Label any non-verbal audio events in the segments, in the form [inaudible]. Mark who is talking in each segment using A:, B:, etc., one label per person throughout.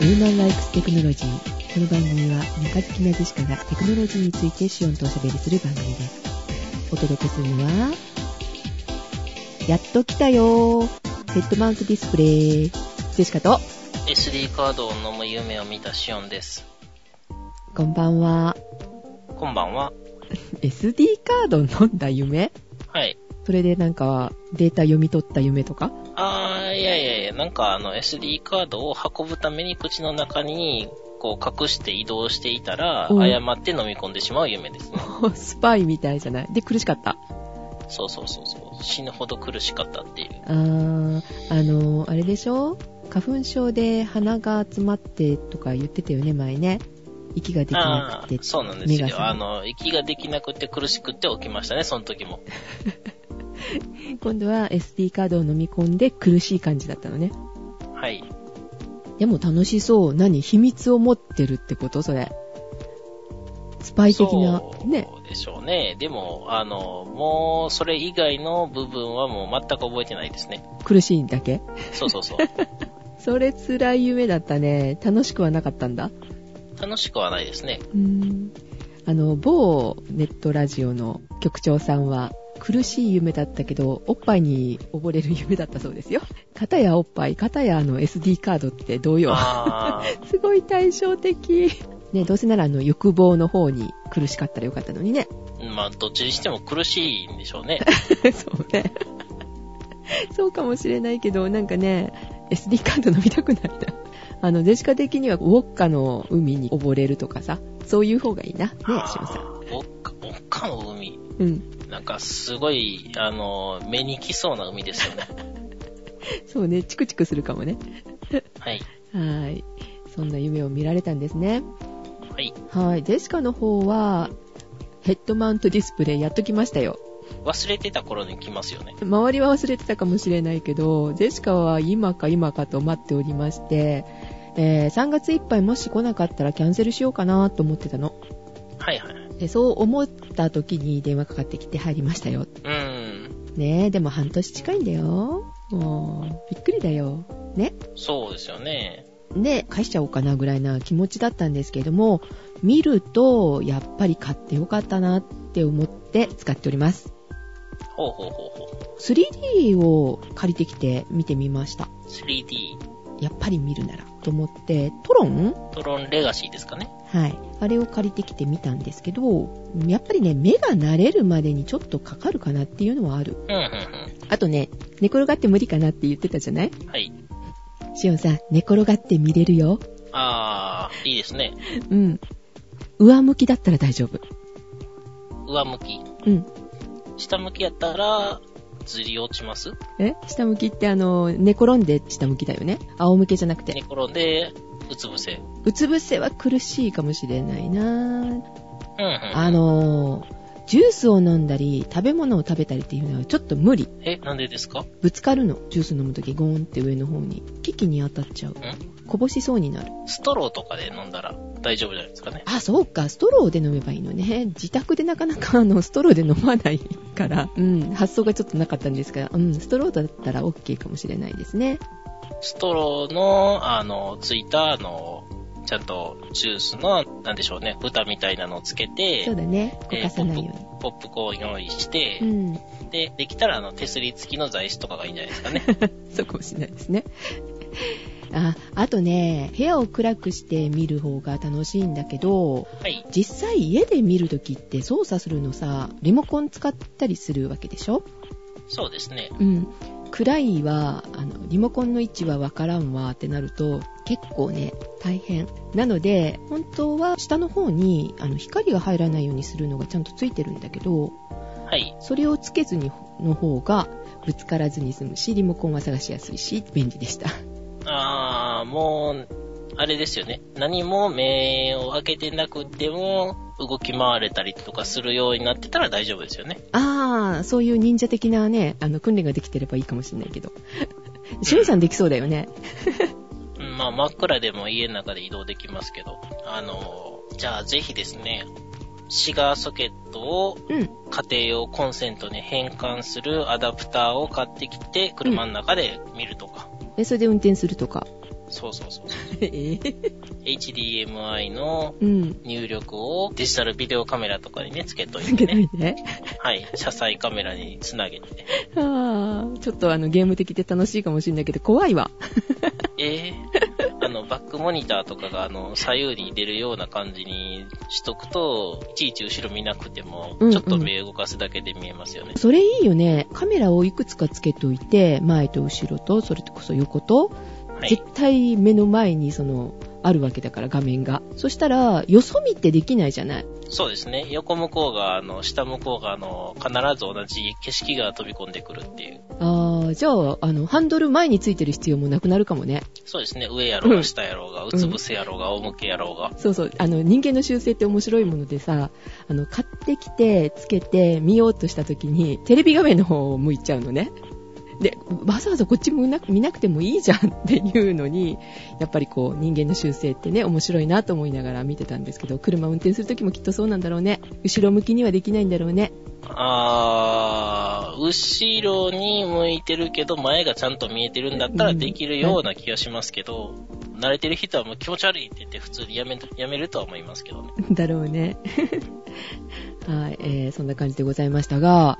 A: ウーマンライクステクノロジー。この番組は中好きなジェシカがテクノロジーについてシオンとおしゃべりする番組です。お届けするのは、やっと来たよーヘッドマウントディスプレイ。ジェシカと、
B: SD カードを飲む夢を見たシオンです。
A: こんばんは。
B: こんばんは。
A: SD カード飲んだ夢
B: はい。
A: それでなんか、データ読み取った夢とか [laughs]
B: あー、いやいやいや、なんかあの SD カードを運ぶために口の中にこう隠して移動していたら、
A: うん
B: 誤って飲み込んでしまう夢ですね。
A: スパイみたいじゃないで、苦しかった。
B: そうそうそうそう。死ぬほど苦しかったっていう。
A: あー、あのー、あれでしょ花粉症で鼻が詰まってとか言ってたよね、前ね。息ができな
B: あ
A: くて
B: ー、。そうなんです
A: 目が覚
B: よ。
A: め
B: あの、息ができなくて苦しくて起きましたね、その時も。
A: 今度は SD カードを飲み込んで苦しい感じだったのね。
B: はい。
A: でも楽しそう。何秘密を持ってるってことそれ。スパイ的な
B: そ。う
A: ね。
B: でしょうね。でも、あの、もう、それ以外の部分はもう全く覚えてないですね。
A: 苦しいだけ。
B: そうそうそう。
A: それ辛い夢だったね。楽しくはなかったんだ。
B: 楽しくはないですね。
A: うーん。あの、某ネットラジオの局長さんは、苦しい夢だったけど、おっぱいに溺れる夢だったそうですよ。 [laughs] 片やおっぱい、片やあの SD カードって同様。
B: あ
A: すごい対照的。 [laughs] ね、どうせならあの欲望の方に苦しかったらよかったのにね。 [laughs]
B: あ、まあ、どっちにしても苦しいんでしょう [laughs] ね。
A: そうね。 [laughs] そうかもしれないけど、なんかね、SD カード飲みたくなった。 [laughs] あの、ジェシカ的にはウォッカの海に溺れるとかさ、そういう方がいいな。ね、
B: あ
A: シムさん。
B: ーおっか、おっかの海。
A: うん。
B: なんか、すごい、あの、目に来そうな海です [laughs] よね。
A: そうね、チクチクするかもね。
B: はい。
A: はい。そんな夢を見られたんですね。
B: はい。
A: はい。ジェシカの方は、ヘッドマウントディスプレイやっときましたよ。
B: 忘れてた頃に来ますよね。
A: 周りは忘れてたかもしれないけど、ジェシカは今か今かと待っておりまして、えー3月いっぱいもし来なかったらキャンセルしようかなと思ってたの。
B: はいはい。う
A: で、そう思った時に電話かかってきて入りましたよ。
B: ーん。
A: ねえ、でも半年近いんだよ。もう、びっくりだよ。
B: そうですよね。
A: で、返しちゃおうかなぐらいな気持ちだったんですけれども、見ると、やっぱり買ってよかったなって思って使っております。
B: ほうほうほうほ
A: 3D を借りてきて見てみました。
B: う。3D。
A: やっぱり見るならと思って、トロン
B: トロンレガシーですかね。
A: はい。あれを借りてきてみたんですけど、やっぱりね、目が慣れるまでにちょっとかかるかなっていうのはあ
B: う
A: る。
B: んうん
A: あとね、寝転がって無理かなって言ってたじゃない
B: うん。はい。
A: しおんさん、寝転がって見れるよ。
B: あー、いいですね。
A: うん。上向きだったら大丈夫。
B: 上向き。
A: うん。
B: 下向きやったら、ずり落ちます
A: え下向きってあの、寝転んで下向きだよね。仰向けじゃなくて。
B: 寝転んで、うつ伏せ。うん
A: うつ伏せは苦しいかもしれないな
B: うんうん。
A: あのー、ジュースを飲んだり、食べ物を食べたりっていうのはちょっと無理。
B: え、なんでですか
A: ぶつかるのジュース飲むときゴーンって上の方に機器に当たっちゃうこぼしそうになる
B: ストローとかで飲んだら大丈夫じゃないですかね。
A: あそうかストローで飲めばいいのね自宅でなかなかあのストローで飲まないから、うん、発想がちょっとなかったんですが、うん、ストローだったら OK かもしれないですね
B: ストローの、あの、ついた、あの、ちゃんとジュースの、なんでしょうね、蓋みたいなのをつけて
A: そう、だねこ
B: えー
A: かさないよう
B: ポップコーン用意して、
A: に、うん
B: で、できたら、あの、手すり付きの座椅子とかがいいんじゃないですか
A: [laughs]
B: ね。
A: そうかもしれないですね [laughs] ああとね部屋を暗くして見る方が楽しいんだけど
B: はい。
A: 実際家で見るときって操作するのさリモコン使ったりするわけでしょ
B: そうですね。
A: うん、暗いはあのリモコンの位置はわからんわってなると結構ね大変なので本当は下の方にあの光が入らないようにするのがちゃんとついてるんだけど
B: はい。
A: それをつけずにの方がぶつからずに済むしリモコンは探しやすいし便利でした
B: あー、もう、あれですよね。何も目を開けてなくても、動き回れたりとかするようになってたら大丈夫ですよね。
A: ああそういう忍者的なねあの訓練ができてればいいかもしれない [laughs] けどしゅんさんできそうだよね
B: うんまあ、真っ暗でも家の中で移動できますけど、あの、じゃあぜひですね、シガーソケットを
A: うん
B: 家庭用コンセントに変換するアダプターを買ってきて、車の中で見るとか。
A: でそれで運転するとか
B: そうそうそう。
A: [laughs] えー
B: HDMI の
A: うん。
B: 入力をデジタルビデオカメラとかにね、つけとい
A: つけ
B: て
A: と
B: ね。
A: いて。
B: はい。車載カメラにつなげて。
A: ああ、ちょっとあの、ゲーム的で楽しいかもしれないけど、怖いわ。
B: えー、あ [laughs] の、バックモニターとかが、あの、左右に出るような感じにしとくと、いちいち後ろ見なくても、
A: うんうん
B: ちょっと目動かすだけで見えますよね。
A: それいいよね。カメラをいくつかつけといて、前と後ろと、それこそ横と、
B: はい。
A: 絶対目の前にその、あるわけだから画面が。そしたら、よそ見ってできないじゃない。
B: そうですね。横向こうが、あの、下向こうが、あの、必ず同じ景色が飛び込んでくるっていう。
A: ああ、じゃあ、あの、ハンドル前についてる必要もなくなるかもね。
B: そうですね。上やろう
A: うん
B: が、下やろうが、うつ伏せやろうが、仰向けやろうが。
A: そうそう、あの、人間の習性って面白いものでさ、あの、買ってきて、つけて、見ようとした時に、テレビ画面の方を向いちゃうのね。で、わざわざこっち見な見なくてもいいじゃんっていうのに、やっぱりこう、人間の習性ってね、面白いなと思いながら見てたんですけど、車運転する時もきっとそうなんだろうね。後ろ向きにはできないんだろうね。
B: あー、後ろに向いてるけど、前がちゃんと見えてるんだったらできるような気がしますけど、慣れてる人はもう気持ち悪いって言って普通にやめ [laughs] やめるとは思いますけどね。
A: だろうね。 [laughs] はい、えーそんな感じでございましたが、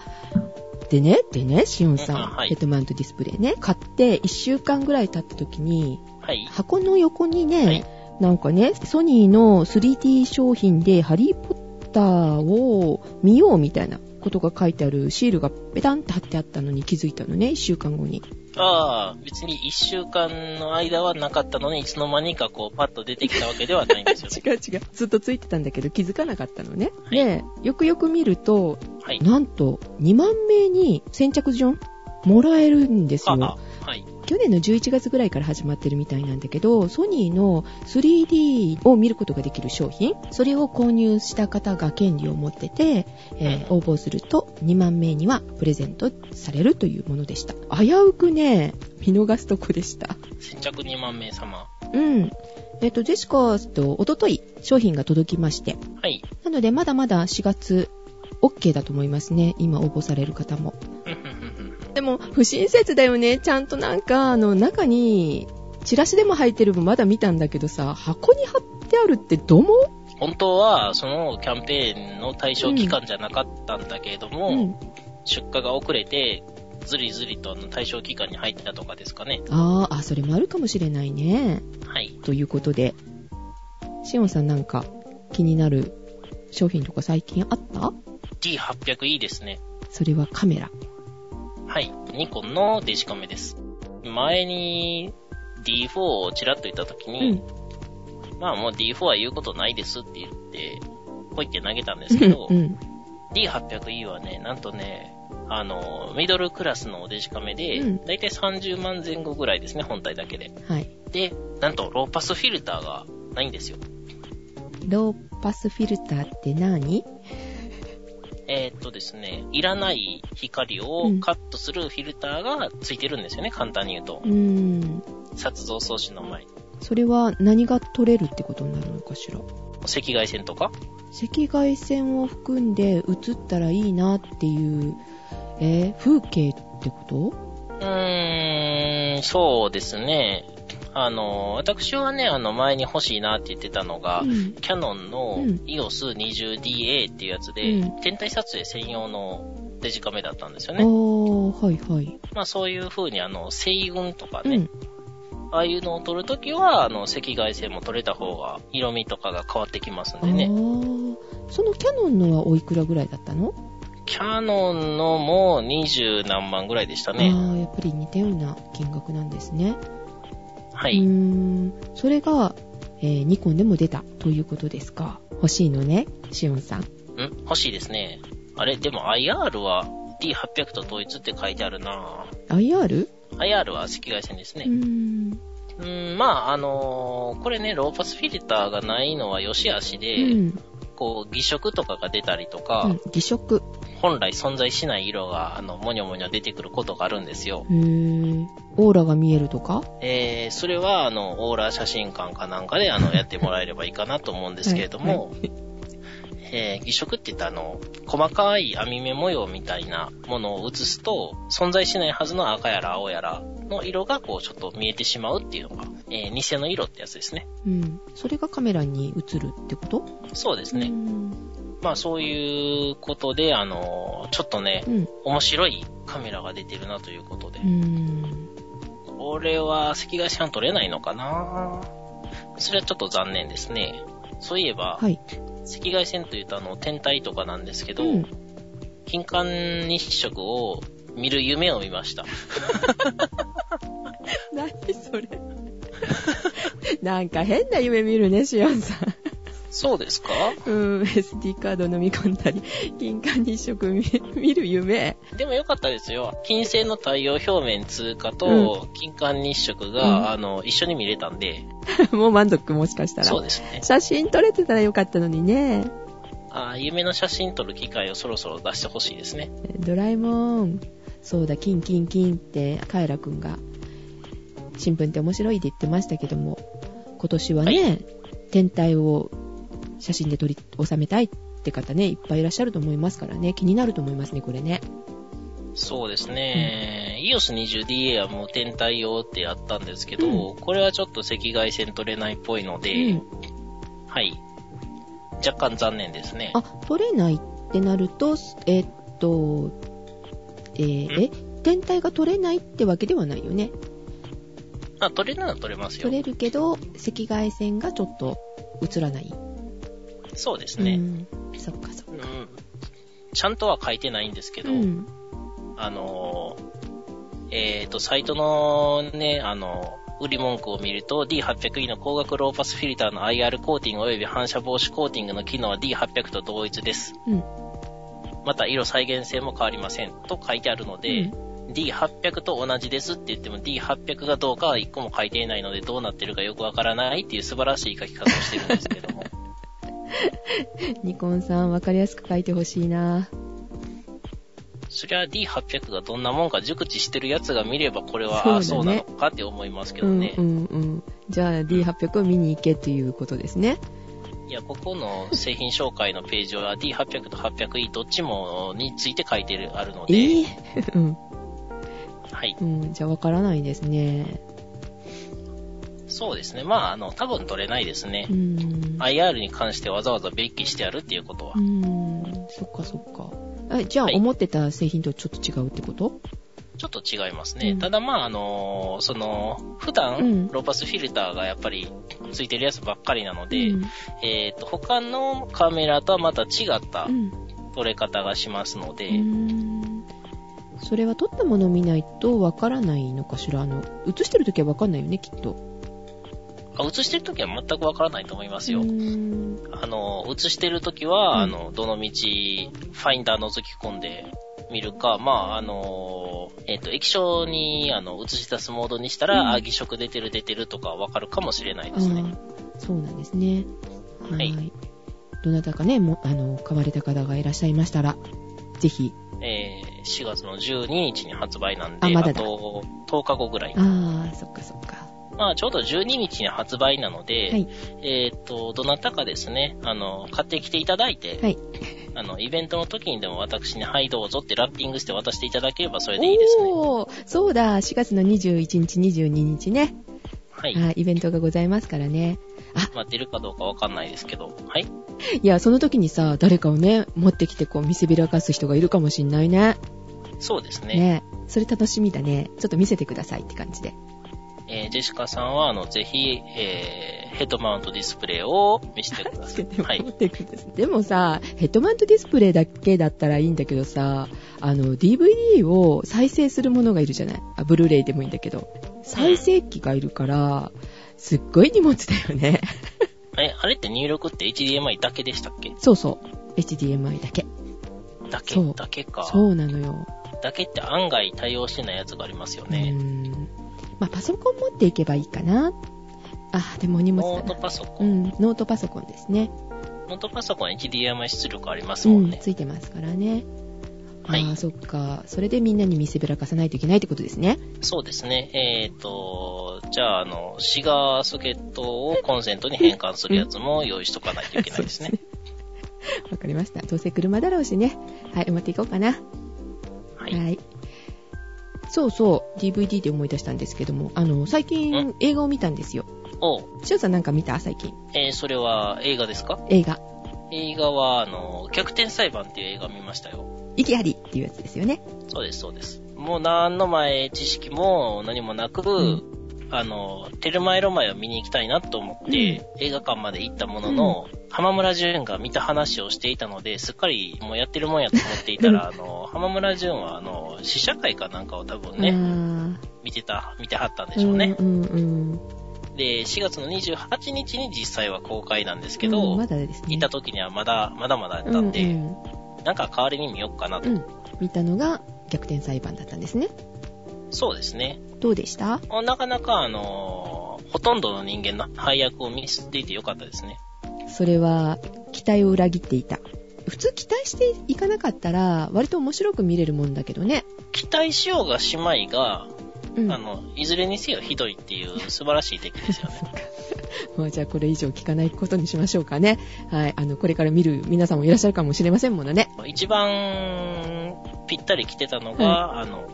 A: でね、でね、シオンさん、
B: あはい
A: ヘッドマウントディスプレイね、買って1週間ぐらい経った時に、
B: はい。
A: 箱の横にね、
B: はい
A: なんかね、ソニーの 3D 商品でハリーポッターを見ようみたいなことが書いてあるシールがペタンって貼ってあったのに気づいたのね、1週間後に。
B: あー、別に一週間の間はなかったのに、いつの間にかこうパッと出てきたわけではないんです
A: [laughs]
B: よね。
A: 違う違う。ずっとついてたんだけど気づかなかったのね。
B: はい
A: で、よくよく見ると、
B: はい。
A: なんと2万名に先着順もらえるんです
B: あ、
A: よ。
B: あはい。
A: 去年の11月ぐらいから始まってるみたいなんだけど、ソニーの 3D を見ることができる商品、それを購入した方が権利を持ってて、えー応募すると2万名にはプレゼントされるというものでした。危うくね、見逃すとこでした。
B: 先着2万名様。
A: うん。えっと、ジェシカとおととい商品が届きまして、
B: はい。 [laughs]
A: なのでまだまだ4月 OK だと思いますね。今応募される方も。
B: うんうんうんうん
A: でも、不親切だよね。ちゃんとなんか、あの、中に、チラシでも入ってる分まだ見たんだけどさ、箱に貼ってあるってどうも
B: 本当は、そのキャンペーンの対象期間じゃなかったんだけれども、
A: うん。
B: 出荷が遅れて、ずりずりとあの対象期間に入ってたとかですかね。
A: あーあ、それもあるかもしれないね。
B: はい。
A: ということで、シオンさんなんか気になる商品とか最近あった
B: D800E ですね。
A: それはカメラ。
B: はい。ニコンのデジカメです。前に D4 をちらっと言った時
A: う
B: に
A: ん、。
B: まあもう D4 は言うことないですって言って、ポイって投げたんですけど、
A: うん。
B: D800E はね、なんとね、あの、ミドルクラスのデジカメで
A: うん、
B: だいたい30万前後ぐらいですね、本体だけで。
A: はい。
B: で、なんとローパスフィルターがないんですよ。
A: ローパスフィルターって何
B: えーっとですね、いらない光をカットするフィルターがついてるんですよね、簡単に言うと
A: う。ーん。
B: 撮像装置の前に。
A: それは何が取れるってことになるのかしら
B: 赤外線とか
A: 赤外線を含んで映ったらいいなっていう、えー風景ってこと
B: うーん、そうですね。あの、私はね、あの、前に欲しいなって言ってたのが、
A: うん
B: キャノンの
A: うん
B: EOS20DA っていうやつで、
A: うん
B: 天体撮影専用のデジカメだったんですよ
A: あ
B: ね。
A: ー、はいはい。
B: まあそういう風にあの、星雲とか
A: う
B: ね、
A: ん。
B: ああいうのを撮るときは、あの、赤外線も撮れた方が色味とかが変わってきますん
A: あ
B: でね。
A: ーそのキャノンのはおいくらぐらいだったの、
B: キャノンのも20何万ぐらいでした
A: あ
B: ね。
A: あーやっぱり似たような金額なんですね。
B: は
A: うー
B: い。
A: ん。それが、えーニコンでも出たということですか。欲しいのね、シオンさん。
B: ん欲しいですね。あれでも IR は D800 と統一って書いてあるな
A: IR?
B: ぁ IR は赤外線です
A: う
B: ね
A: ー。ん。
B: うーん、まああのーこれね、ローパスフィルターがないのは良し悪しで、
A: うん。
B: こう、偽色とかが出たりとか、
A: うん偽色。
B: 本来存在しない色が、あの、もにょもにょ出てくることがあるんですよ。
A: へーオーラが見えるとか
B: えー、それは、あの、オーラ写真館かなんかで、あの、やってもらえればいいかなと思うんですけれども、えー、偽色って言ったあの、細かい網目模様みたいなものを写すと、存在しないはずの赤やら青やら、の色がこうちょっと見えてしまうっていうのが、えー偽の色ってやつですね。
A: うん。それがカメラに映るってこと
B: そうですね。
A: うん
B: まあそういうことで、あの、ちょっとね、
A: うん。
B: 面白いカメラが出てるなということで
A: う。ん。
B: これは赤外線撮れないのかなそれはちょっと残念ですね。そういえば、
A: はい。
B: 赤外線というとあの天体とかなんですけど、
A: うん。
B: 金環日食を見る夢を見ました。
A: 何それ。 [laughs] なんか変な夢見るね、しおんさん。
B: そうですか
A: うん、SD カード飲み込んだり、金環日食見見る夢。
B: でもよかったですよ。金星の太陽表面通過と、金環日食が、
A: うん
B: あの、一緒に見れたんで、
A: もう満足、もしかしたら。
B: そうですね。
A: 写真撮れてたらよかったのにね。
B: あー夢の写真撮る機会をそろそろ出してほしいですね。
A: ドラえもん。そうだ、キンキンキンって、カエラくんが、新聞って面白いって言ってましたけども、今年はね、天体を写真で撮り、収めたいって方ね、いっぱいいらっしゃると思いますからね、気になると思いますね、これね。
B: そうですね。EOS20DA はもう天体用ってやったんですけど、
A: う
B: これはちょっと赤外線撮れないっぽいので、
A: うん。
B: はい。若干残念ですね。
A: あ、取れないってなると、えーっと、えーえ、天体が取れないってわけではないよね。
B: あ、撮れるのは撮れますよ
A: 取。れるけど、赤外線がちょっと映らない。
B: そうです
A: う
B: ね、
A: ん。そっかそっか。
B: うんちゃんとは書いてないんですけど、
A: うん。
B: あのー、えっ、と、サイトのね、あのー、売り文句を見ると D800E の光学ローパスフィルターの IR コーティング及び反射防止コーティングの機能は D800 と同一です。
A: うん。
B: また色再現性も変わりませんと書いてあるので、D800 と同じですって言っても D800 がどうかは1個も書いていないのでどうなってるかよくわからないっていう素晴らしい書き方をしてるんです
A: [laughs]
B: けども。
A: ニコンさん、わかりやすく書いてほしいな。
B: そりゃ D800 がどんなもんか熟知してるやつが見ればこれ
A: そうだね
B: はあそうなのかって思いますけ
A: う
B: ど
A: ん
B: ね。
A: うんうん。じゃあ D800 を見に行けということですね。
B: いや、ここの製品紹介のページは D800 と 800E どっちもについて書いてるあるの
A: え
B: で、
A: ー [laughs] うん
B: はい。
A: うん。じゃあわからないですね。
B: そうですね。まあ、あの、多分取れないですね
A: う。ん。
B: IR に関してわざわざ別記してあるっていうことは
A: う。ん。そっかそっか。えじゃあ
B: はい
A: 思ってた製品とちょっと違うってこと、
B: ちょっと違いますね。
A: うん
B: ただまあ、あのその、普
A: うん
B: 段、ローパスフィルターがやっぱりついてるやつばっかりなので、
A: うん
B: えっ、と、他のカメラとはまた違った
A: うん
B: 撮れ方がしますので、
A: うんそれは撮ったものを見ないとわからないのかしらあの、映してるときはわかんないよね、きっと。
B: あ映してる時は全くわからないと思いますよ。
A: うん
B: あの、映してる時
A: う
B: は、
A: ん
B: あの、どの道、ファインダー覗き込んで見るか、まあ、あの、えっ、と、液晶に、あの、映し出すモードにしたら、
A: うん
B: あ、偽色出てる出てるとかわかるかもしれない
A: あ
B: ですね。
A: あ、そうなんですね。は
B: はい
A: い。どなたかね、もあの、買われた方がいらっしゃいましたら、ぜひ、
B: えー4月の12日に発売なんで、
A: あ
B: あ,、
A: まだだ
B: と10日後ぐらい。
A: ああ、そっかそっか。
B: まあ、ちょうど12日に発売なので、
A: はい
B: えーっと、どなたかですね、あの、買ってきていただいて、
A: はい
B: あの、イベントの時にでも私に、はい、どうぞってラッピングして渡していただければそれでいいですね。
A: おー、そうだ、4月の21日、22日ね、
B: はい。
A: あーイベントがございますからね。
B: まあ、出るかどうかわかんないですけど、はい。
A: いや、その時にさ、誰かをね、持ってきてこう見せびらかす人がいるかもしんないね。
B: そうですね。
A: ねそれ楽しみだね。ちょっと見せてくださいって感じで。
B: えージェシカさんは、あの、ぜひ、えーヘッドマウントディスプレイを見せてくだ
A: つ
B: さ
A: け
B: い
A: て。
B: はい
A: 持。っていくんです、
B: [laughs]
A: でもさ、ヘッドマウントディスプレイだけだったらいいんだけどさ、あの、DVD を再生するものがいるじゃないあ、ブルーレイでもいいんだけど。再生機がいるから、すっごい荷物だよ
B: [laughs]
A: ね。
B: え、あれって入力って HDMI だけでしたっけ
A: そうそう。HDMI だけ。
B: だけ
A: そう
B: だけか。
A: そうなのよ。
B: だけって案外対応してないやつがありますよね。
A: うーん。まあ、パソコン持っていけばいいかな。あ、でも荷物
B: ノ
A: だ
B: ート
A: な。
B: パソコ
A: う
B: ン。
A: ん、ノートパソコンですね。
B: ノートパソコン HDMI 出力あります
A: う
B: もん
A: ん、
B: ね。
A: ついてますからね。
B: はい
A: ああ、そっか。それでみんなに見せびらかさないといけないってことですね。
B: そうですね。えっ、と、じゃあ、あの、シガーソケットをコンセントに変換するやつも用意しとかないといけないですね。
A: わかりました。どうせ車だろうしね。はい、埋まっていこうかな。
B: は。
A: はいい。そうそう、DVD で思い出したんですけども、あの、最近映画を見たんですよ。
B: おう
A: しおさんなんか見た最近。
B: えー、それは映画ですか
A: 映画。
B: 映画は、あの、逆転裁判っていう映画見ましたよ。
A: 意義ありっていうやつですよね。
B: そうです、そうです。もう何の前知識も何もなく、
A: ん
B: あの、テルマエロマエを見に行きたいなと思って、映画館まで行ったものの、浜村淳が見た話をしていたので、すっかりもうやってるもんやと思っていた [laughs] ら、あの、浜村淳は、あの、試写会かなんかを多分ね、
A: あ
B: 見てた、見てはったん
A: ー
B: でしょうね。
A: うんうんうん。
B: で、4月の28日に実際は公開なんですけど、
A: うんまだですね。
B: 行った時にはまだ、まだまだだったんで、
A: うん
B: なんか代わりに見よっかなと。
A: うん、うん見たのが逆転裁判だったんですね。
B: そうですね。
A: どうでした
B: なかなか、あのーほとんどの人間の配役を見せていてよかったですね。
A: それは期待を裏切っていた。普通期待していかなかったら、割と面白く見れるもんだけどね。
B: 期待しようがしまいが、
A: うん。
B: あの、いずれにせよひどいっていう素晴らしい出来ですよね。
A: [laughs] まあ、じゃあこれ以上聞かないことにしましょうかね。はい。あの、これから見る皆さんもいらっしゃるかもしれませんものね。
B: 一番ぴったり来てたのが、あの、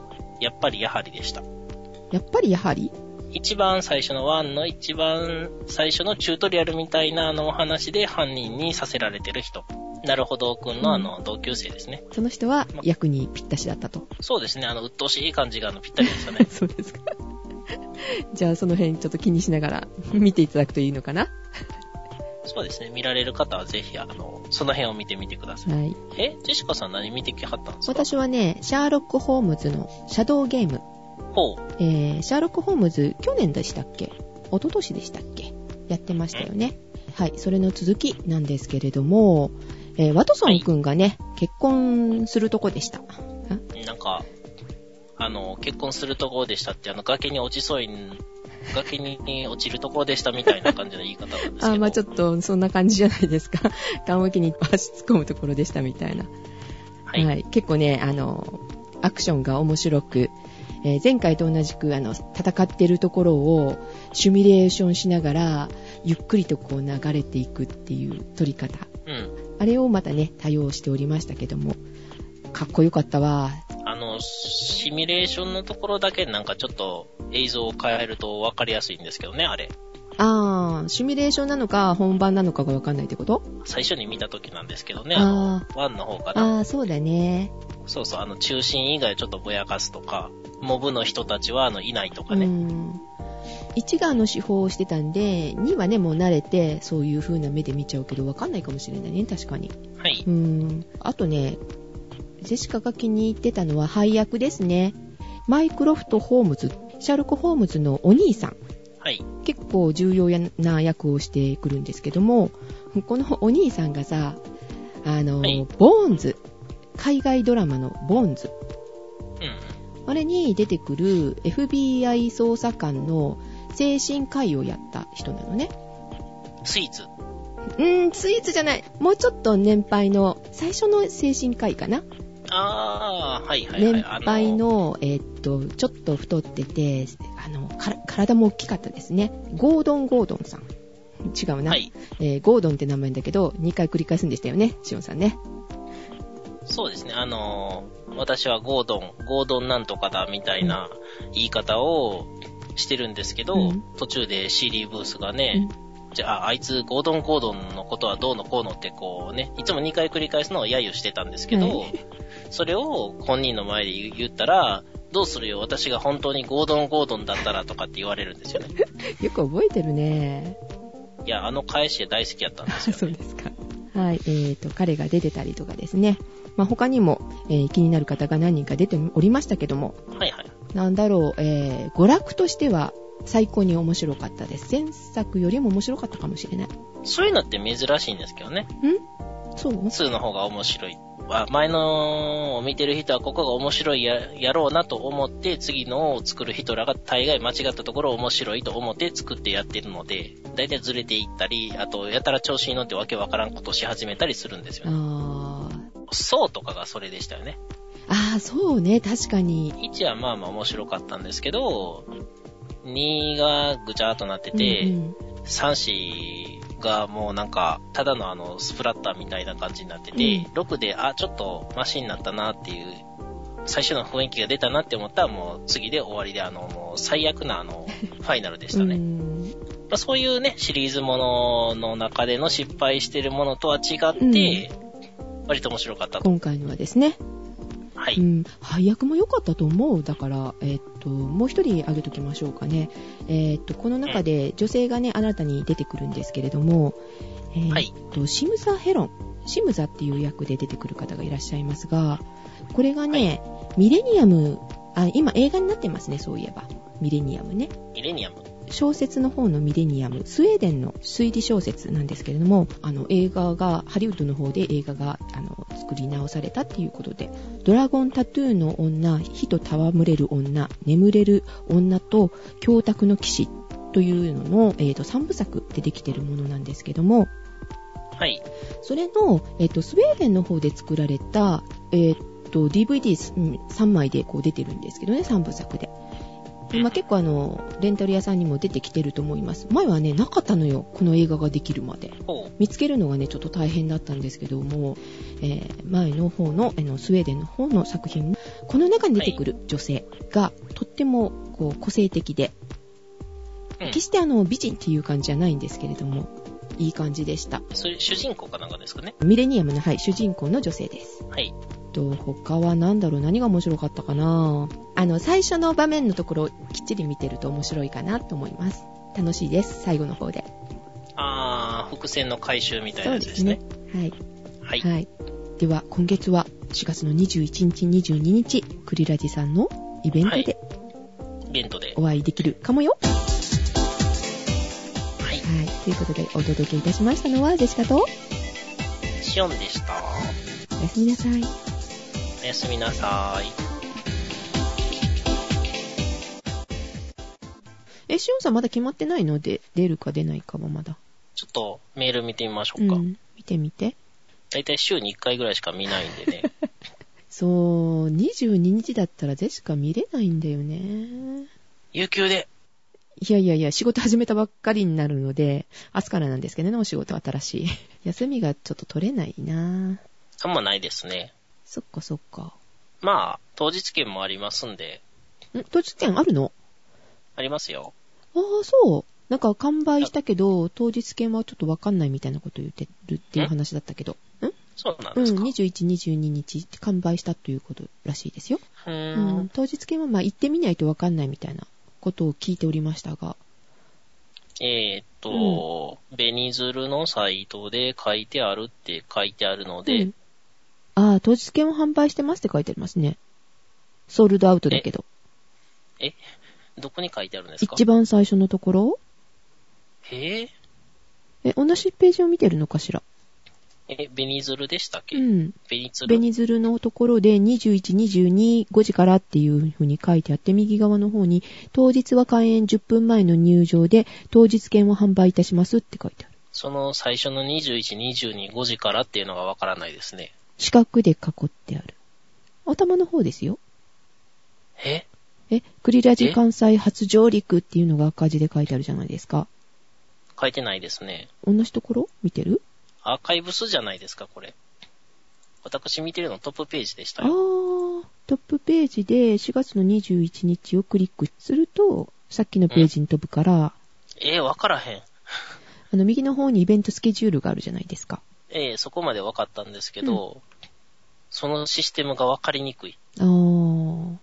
B: やっぱりやはりでした。
A: やっぱりやはり
B: 一番最初の1の一番最初のチュートリアルみたいなあのお話で犯人にさせられてる人。なるほどくんのあの同級生ですね。
A: その人は役にぴったしだったと。。
B: そうですね、あの鬱陶しい感じがあのぴったりでした
A: [laughs]
B: ね
A: そうですか。じゃあその辺ちょっと気にしながら見ていただくといいのかな。
B: そうですね、見られる方はぜひあの、その辺を見てみてください。
A: はい。
B: え、ジェシカさん何見てきはったんですか
A: 私はね、シャーロック・ホームズのシャドーゲーム。
B: ほう。
A: えー、シャーロック・ホームズ、去年でしたっけ一昨年でしたっけやってましたよね。はい、それの続きなんですけれども、えー、ワトソン君がね、結婚するとこでした。あ
B: なんか、あの、結婚するところでしたって、あの、崖に落ちそうに、崖に落ちるところでしたみたいな感じの言い方なんですけど。
A: あまあちょっ
B: と。
A: とそんな感じじゃないですか。 [laughs] 緩和機に足突っ込むところでしたみたいな。
B: はい。
A: 結構ね、あの、アクションが面白く、えー前回と同じく、あの、戦ってるところをシミュレーションしながら、ゆっくりとこう流れていくっていう撮り方。
B: うん。
A: あれをまたね、多用しておりましたけども、かっこよかったわ。
B: あの、シミュレーションのところだけなんかちょっと映像を変えると分かりやすいんですけどね、あれ。
A: あー、シミュレーションなのか本番なのかがわかんないってこと
B: 最初に見た時なんですけどね、あの、
A: あー、
B: ワンの方かな。
A: あー、そうだね。
B: そうそう、あの、中心以外ちょっとぼやかすとか、モブの人たちは、あの、いないとか
A: う
B: ね。
A: ん。1があの手法をしてたんで、2はね、もう慣れて、そういう風な目で見ちゃうけど、わかんないかもしれないね、確かに。
B: はい。
A: うん。あとね、ジェシカが気に入ってたのは配役ですね。マイクロフト・ホームズ、シャーロック・ホームズのお兄さん。
B: はい。
A: 結構重要な役をしてくるんですけども、このお兄さんがさ、あの、
B: はい
A: ボーンズ、海外ドラマのボーンズ、
B: うん。
A: あれに出てくる FBI 捜査官の精神科医をやった人なのね。
B: スイーツ。
A: うーん、スイーツじゃない。もうちょっと年配の、最初の精神科医かな。
B: あー、はいはいはい。
A: 年配
B: あの。
A: の、えーっと、ちょっと太ってて、あの、から体も大きかったですね。ゴードン・ゴードンさん。違うな。
B: はい。
A: えーゴードンって名前だけど、2回繰り返すんでしたよね、シオンさんね。
B: そうですね、あのー私はゴードン、ゴードンなんとかだみたいな言い方をしてるんですけど、
A: うん
B: 途中で CD ブースがね、じゃあ、あいつ、ゴードン・ゴードンのことはどうのこうのってこうね、いつも2回繰り返すのを揶揄してたんですけど、
A: はい
B: それを本人の前で言ったら、どうするよ、私が本当にゴードン・ゴードンだったらとかって言われるんですよね。
A: よく覚えてるね。
B: いや、あの返し大好きやったんですよ。
A: そうですか。はい、えーと、彼が出てたりとかですね。まあ、他にも、えー気になる方が何人か出ておりましたけども、
B: はいはい。
A: なんだろう、えー娯楽としては最高に面白かったです。前作よりも面白かったかもしれない。ん
B: そういうのって珍しいんですけどね。
A: そう
B: 2の方が面白い。あ前のを見てる人はここが面白いややろうなと思って次のを作る人らが大概間違ったところを面白いと思って作ってやってるので、だいたいずれていったり、あとやたら調子に乗ってわけわからんことし始めたりするんですよね。
A: あー
B: そうとかがそれでしたよね。
A: あー、そうね、確かに。
B: 1はまあまあ面白かったんですけど、2がぐちゃーっとなってて、
A: うん
B: 3、4がもうなんか、ただのあの、スプラッターみたいな感じになってて、
A: うん
B: 6で、あ、ちょっとマシになったなっていう最初の雰囲気が出たなって思ったら、もう次で終わりで、あの、もう最悪な、
A: [laughs]
B: あの、ファイナルでしたね。
A: うん
B: まあ、そういうね、シリーズものの中での失敗してるものとは違って、割と面白かったと。
A: 今回のはですね、
B: は
A: う
B: い。
A: ん、配役も良かったと思う。だから、えっと、もう一人挙げときましょうかね。えっと、この中で女性がね、新たに出てくるんですけれども、えっ
B: はい。
A: と、シムザ・ヘロン。シムザっていう役で出てくる方がいらっしゃいますが、これがね、ミレニアム、あ、今映画になってますね、そういえば。ミレニアムね。
B: ミレニアム。
A: 小説の方のミレニアム、スウェーデンの推理小説なんですけれども、あの映画が、ハリウッドの方で映画があの作り直されたっていうことで、ドラゴンタトゥーの女、火と戯れる女、眠れる女と、教託の騎士というのの、えー、と3部作でできてるものなんですけども、
B: はい。
A: それの、えっと、スウェーデンの方で作られた、えっと、DVD3 枚でこう出てるんですけどね、3部作で。でまあ、結構あの、レンタル屋さんにも出てきてると思います。前はね、なかったのよ、この映画ができるまで。
B: ほ
A: 見つけるのがね、ちょっと大変だったんですけども、えー前の方の、あのスウェーデンの方の作品も、この中に出てくる女性が、とっても、こう、個性的で、
B: うん
A: 決してあの、美人っていう感じじゃないんですけれども、いい感じでした。
B: う。それ、主人公かなんかですかね。
A: ミレニアムの、はい、主人公の女性です。
B: はい。
A: と、他は何だろう、何が面白かったかなあの、最初の場面のところをきっちり見てると面白いかなと思います。楽しいです、最後の方で。
B: あー、伏線の回収みたいなやつですね。
A: そうですね。
B: はい。
A: はい。はい。では、今月は4月の21日、22日、クリラジさんのイベント
B: はい
A: で
B: イベントで。
A: お会いできるかもよ。は
B: はい。
A: い。ということで、お届けいたしましたのは、ジェシカと、
B: シオンでした。
A: おやすみなさい。
B: おやすみなさい。
A: え、シオンさんまだ決まってないので、出るか出ないかはまだ。
B: ちょっとメール見てみましょ
A: う
B: うか。
A: ん。見てみて。
B: だいたい週に1回ぐらいしか見ないん
A: [laughs]
B: でね。
A: そう、22日だったらゼシカ見れないんだよね。
B: 有給で。
A: いやいやいや、仕事始めたばっかりになるので、明日からなんですけどね、お仕事新しい。 [laughs] 休みがちょっと取れないな
B: あんまないですね。
A: そっかそっか。
B: まあ、当日券もありますんで、
A: ん当日券あるの
B: ありますよ。
A: ああ、そう。なんか完売したけど、当日券はちょっとわかんないみたいなこと言ってるっていう話だったけど。ん
B: そうなん
A: うん、
B: ですか。う
A: 21、22日完売したということらしいですよ。
B: ーん
A: うん、当日券はまあ行ってみないとわかんないみたいなことを聞いておりましたが。
B: えーっと、ベニズルのサイトで書いてあるって書いてあるので、
A: うんああ、当日券を販売してますって書いてありますね。ソールドアウトだけど。
B: どこに書いてあるんですか
A: 一番最初のところ
B: えー
A: え、同じページを見てるのかしら
B: え、ベニズルでしたっけ、
A: うん。
B: ベニズル
A: ベニズルのところで21、22、5時からっていう風に書いてあって、右側の方に、当日は開園10分前の入場で、当日券を販売いたしますって書いてある。
B: その最初の21、22、5時からっていうのがわからないですね。
A: 四角で囲ってある。頭の方ですよ。
B: え
A: え、クリラジ
B: え
A: 関西初上陸っていうのが赤字で書いてあるじゃないですか。
B: 書いてないですね。
A: 同じところ見てる
B: アーカイブスじゃないですか、これ。私見てるのトップページでした
A: あ
B: よ。
A: ー、トップページで4月の21日をクリックすると、さっきのページに飛ぶから、
B: えー、わからへん。
A: あの、右の方にイベントスケジュールがあるじゃないですか。
B: えー、そこまでわかったんですけど、そのシステムがわかりにくい。
A: あー、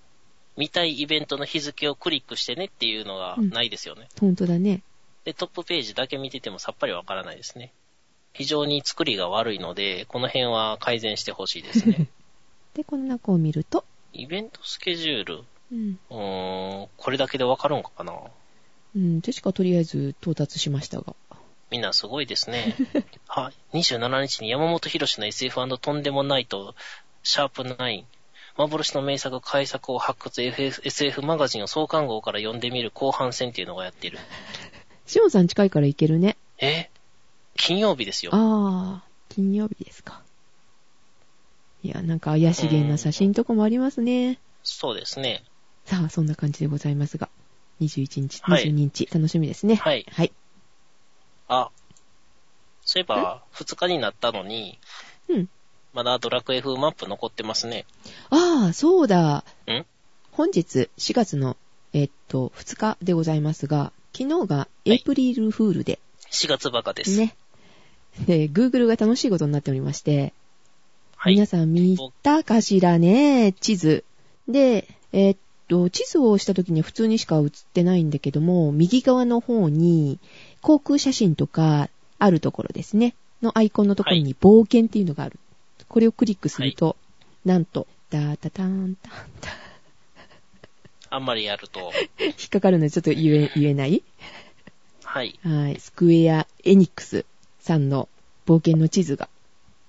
B: 見たいイベントの日付をクリックしてねっていうのが
A: うん
B: ないですよね。
A: ほんとだね。
B: で、トップページだけ見ててもさっぱりわからないですね。非常に作りが悪いので、この辺は改善してほしいで
A: [laughs]
B: すね。
A: で、この中を見ると、
B: イベントスケジュール。
A: うん。
B: うーん、これだけでわかるんかな
A: うん、ジェシカはとりあえず到達しましたが。
B: みんなすごいですね。 [laughs] はい。27日に山本博の SF& とんでもないと、シャープ9。幻の名作、改作を発掘 FF SF マガジンを創刊号から読んでみる後半戦っていうのがやってる。
A: シオンさん近いから行けるね。
B: え金曜日ですよ。
A: あー、金曜日ですか。いや、なんか怪しげな写真とかもありますね。
B: そうですね。
A: さあ、そんな感じでございますが。21日、
B: はい
A: 22日、楽しみですね。
B: はい
A: はい。
B: あ、そういえば、2日になったのに、
A: うん。
B: まだドラクエ風マップ残ってますね。
A: ああ、そうだ。
B: ん
A: 本日4月の、えっと、2日でございますが、昨日がエイプリルフールで、
B: 4月バカです。
A: ね。で、Google が楽しいことになっておりまして、
B: はい。
A: 皆さん見たかしらね、地図。で、えっと、地図を押した時には普通にしか映ってないんだけども、右側の方に、航空写真とかあるところですね、のアイコンのところ
B: は
A: に冒険っていうのがある。これをクリックすると、なんと、ダータターンタンタン
B: あんまりやると。
A: 引っかかるのでちょっと言え、言えない
B: はい。
A: はい、スクエア・エニックスさんの冒険の地図が、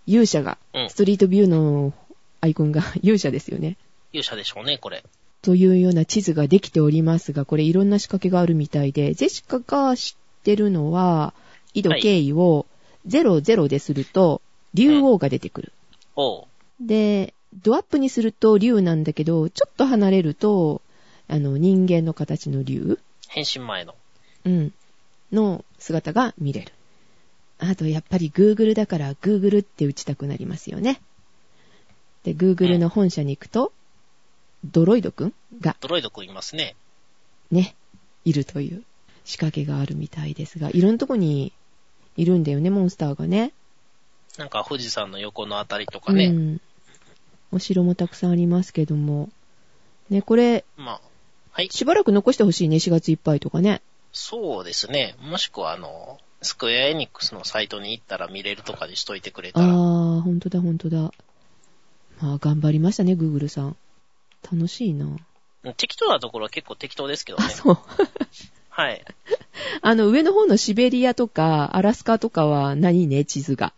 A: 勇者が、
B: うん
A: ス。トリートビューのアイコンが [laughs] 勇者ですよね。
B: 勇者でしょうね、これ。
A: というような地図ができておりますが、これいろんな仕掛けがあるみたいで、ジェシカが知ってるのは、緯度
B: はい
A: 経緯を00ですると、竜王が出てくる。
B: おう。
A: で、ドアップにすると竜なんだけど、ちょっと離れると、あの、人間の形の竜
B: 変身前の。
A: うん。の姿が見れる。あと、やっぱり Google だから Google って打ちたくなりますよね。で、Google の本社に行くと、ドロイドくんが
B: ドロイドくんいますね。
A: ね、いるという仕掛けがあるみたいですが、いろんなとこにいるんだよね、モンスターがね。
B: なんか富士山の横のあたりとかね。
A: うん。お城もたくさんありますけども。ね、これ、
B: まあ。はい。
A: しばらく残してほしいね、4月いっぱいとかね。
B: そうですね。もしくは、あの、スクエアエニックスのサイトに行ったら見れるとかにしといてくれ
A: あ
B: たら。
A: ー、ほんとだほんとだ。まあ、頑張りましたね、グーグルさん。楽しいな。
B: 適当なところは結構適当ですけど
A: あ、
B: ね。
A: そう。 [laughs]
B: はい。
A: あの、上の方のシベリアとか、アラスカとかは何ね、地図が。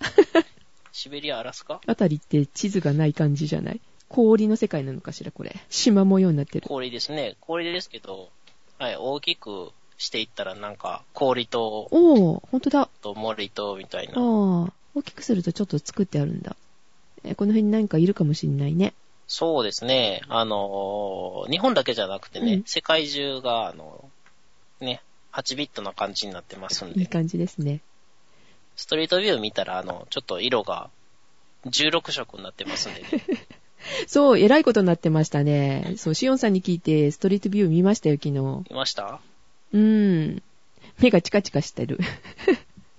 B: シベリア、アラスカ
A: あたりって地図がない感じじゃない氷の世界なのかしら、これ。島模様になってる。
B: 氷ですね。氷ですけど、はい。大きくしていったらなんか、氷と、
A: おー、ほんとだ。
B: と森と、みたい
A: あ
B: な。
A: ー、大きくするとちょっと作ってあるんだ。えーこの辺に何かいるかもしんないね。
B: そうですね。あのー日本だけじゃなくてね、
A: うん
B: 世界中が、あの、ね、8ビットな感じになってますん
A: いい
B: で、
A: 感じですね。
B: ストリートビュー見たら、あの、ちょっと色が16色になってますんでね、
A: [laughs] そう、えらいことになってましたね。そう、シオンさんに聞いて、ストリートビュー見ましたよ、昨日。
B: いました
A: うん。目がチカチカしてる。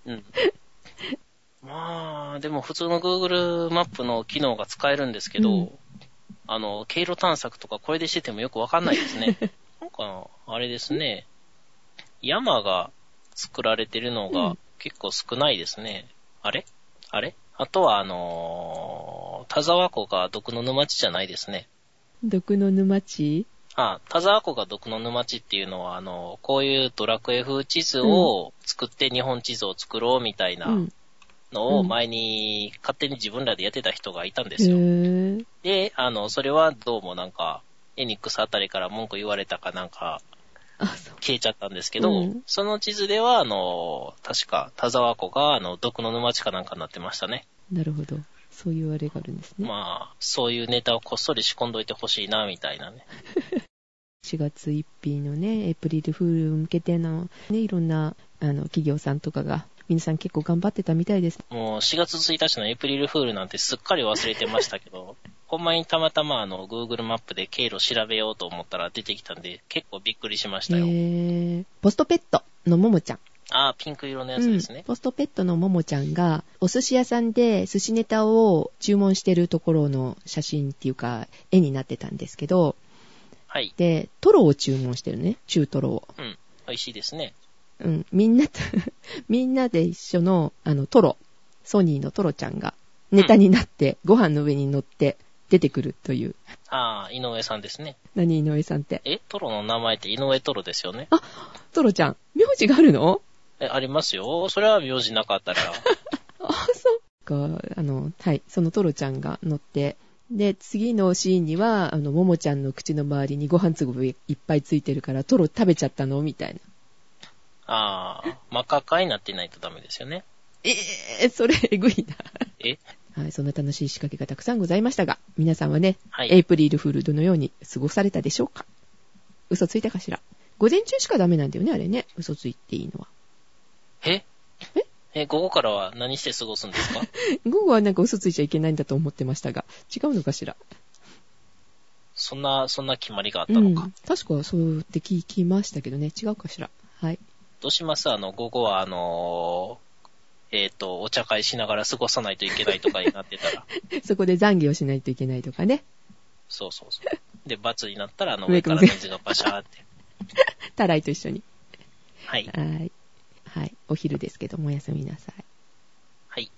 B: うん。まあ、でも普通の Google マップの機能が使えるんですけど、
A: うん
B: あの、経路探索とかこれでしててもよくわかんないで
A: [laughs]
B: すね。なんか、あれですね、山が作られてるの
A: う
B: が
A: ん
B: 結構少ないですね。あれあれあとは、あのー田沢湖が毒の沼地じゃないですね。
A: [laughs] 毒の沼地
B: あ、田沢湖が毒の沼地っていうのは、あの、こういうドラクエ風地図を作って日本地図を作ろうみたいな、
A: うん。
B: の
A: う
B: を
A: ん
B: 前に勝手に自分らでやってた人がいたんで
A: へ
B: すよ。
A: ー。
B: で、あの、それはどうもなんか、エニックスあたりから文句言われたかなんか
A: あ、そう。
B: 消えちゃったんですけど、
A: うん
B: その地図では、あの、確か田沢湖が、あの、毒の沼地かなんかになってましたね。
A: なるほど。そういうあれがあるんですね。
B: まあ、そういうネタをこっそり仕込んどいてほしいな、みたいなね。
A: 4月1日のね、エイプリルフール向けての、ね、いろんな、あの、企業さんとかが、皆さん結構頑張ってたみたいです。
B: もう4月1日のエイプリルフールなんてすっかり忘れてましたけ
A: [laughs]
B: ど、ほんまにたまたまあの、Google マップで経路調べようと思ったら出てきたんで、結構びっくりしましたよ。
A: えー、ポストペットのももちゃん。
B: ああ、ピンク色のやつですね
A: うん。ポストペットのももちゃんが、お寿司屋さんで寿司ネタを注文してるところの写真っていうか、絵になってたんですけど、
B: はい。
A: で、トロを注文してるね。中トロを。
B: うん。美味しいですね。
A: うん。みんなと、 [laughs] みんなで一緒の、あの、トロ、ソニーのトロちゃんが、ネタになって、ご飯の上に乗って出てくるという。
B: ああ、井上さんですね。
A: 何井上さんって。
B: え、トロの名前って井上トロですよね。
A: トロちゃん、名字があるの
B: え、ありますよ。それは名字なかっ
A: [laughs]
B: たら。
A: あ、そうか。あの、はい、そのトロちゃんが乗って、で、次のシーンには、あの、ももちゃんの口の周りにご飯粒いっぱいついてるから、トロ食べちゃったのみたいな。
B: ああ、真っ赤っかになってないとダメですよね。
A: ええそれ、えぐい
B: え、
A: な。はい、そんな楽しい仕掛けがたくさんございましたが、皆さんはね、
B: は
A: エ
B: い。
A: イプリルフールどのように過ごされたでしょうか嘘ついたかしら午前中しかダメなんだよね、あれね。嘘ついていいのは。
B: え
A: え
B: ええ、午後からは何して過ごすんですか
A: [laughs] 午後はなんか嘘ついちゃいけないんだと思ってましたが、違うのかしら。
B: そんな、そんな決まりがあったのか。
A: うん、確かそうって聞きましたけどね、違うかしら。はい。 [laughs]
B: どうしますあの、午後は、あのーえっ、と、お茶会しながら過ごさないといけないとかになって [laughs] たら、
A: そこで懺悔をしないといけないとかね。
B: そうそうそう。で、罰になったら、あの、
A: 上
B: 上
A: か
B: からら水がバシャーって。
A: たらいと一緒に。
B: はい。
A: はい。はい。お昼ですけども、おやすみなさい。
B: はい。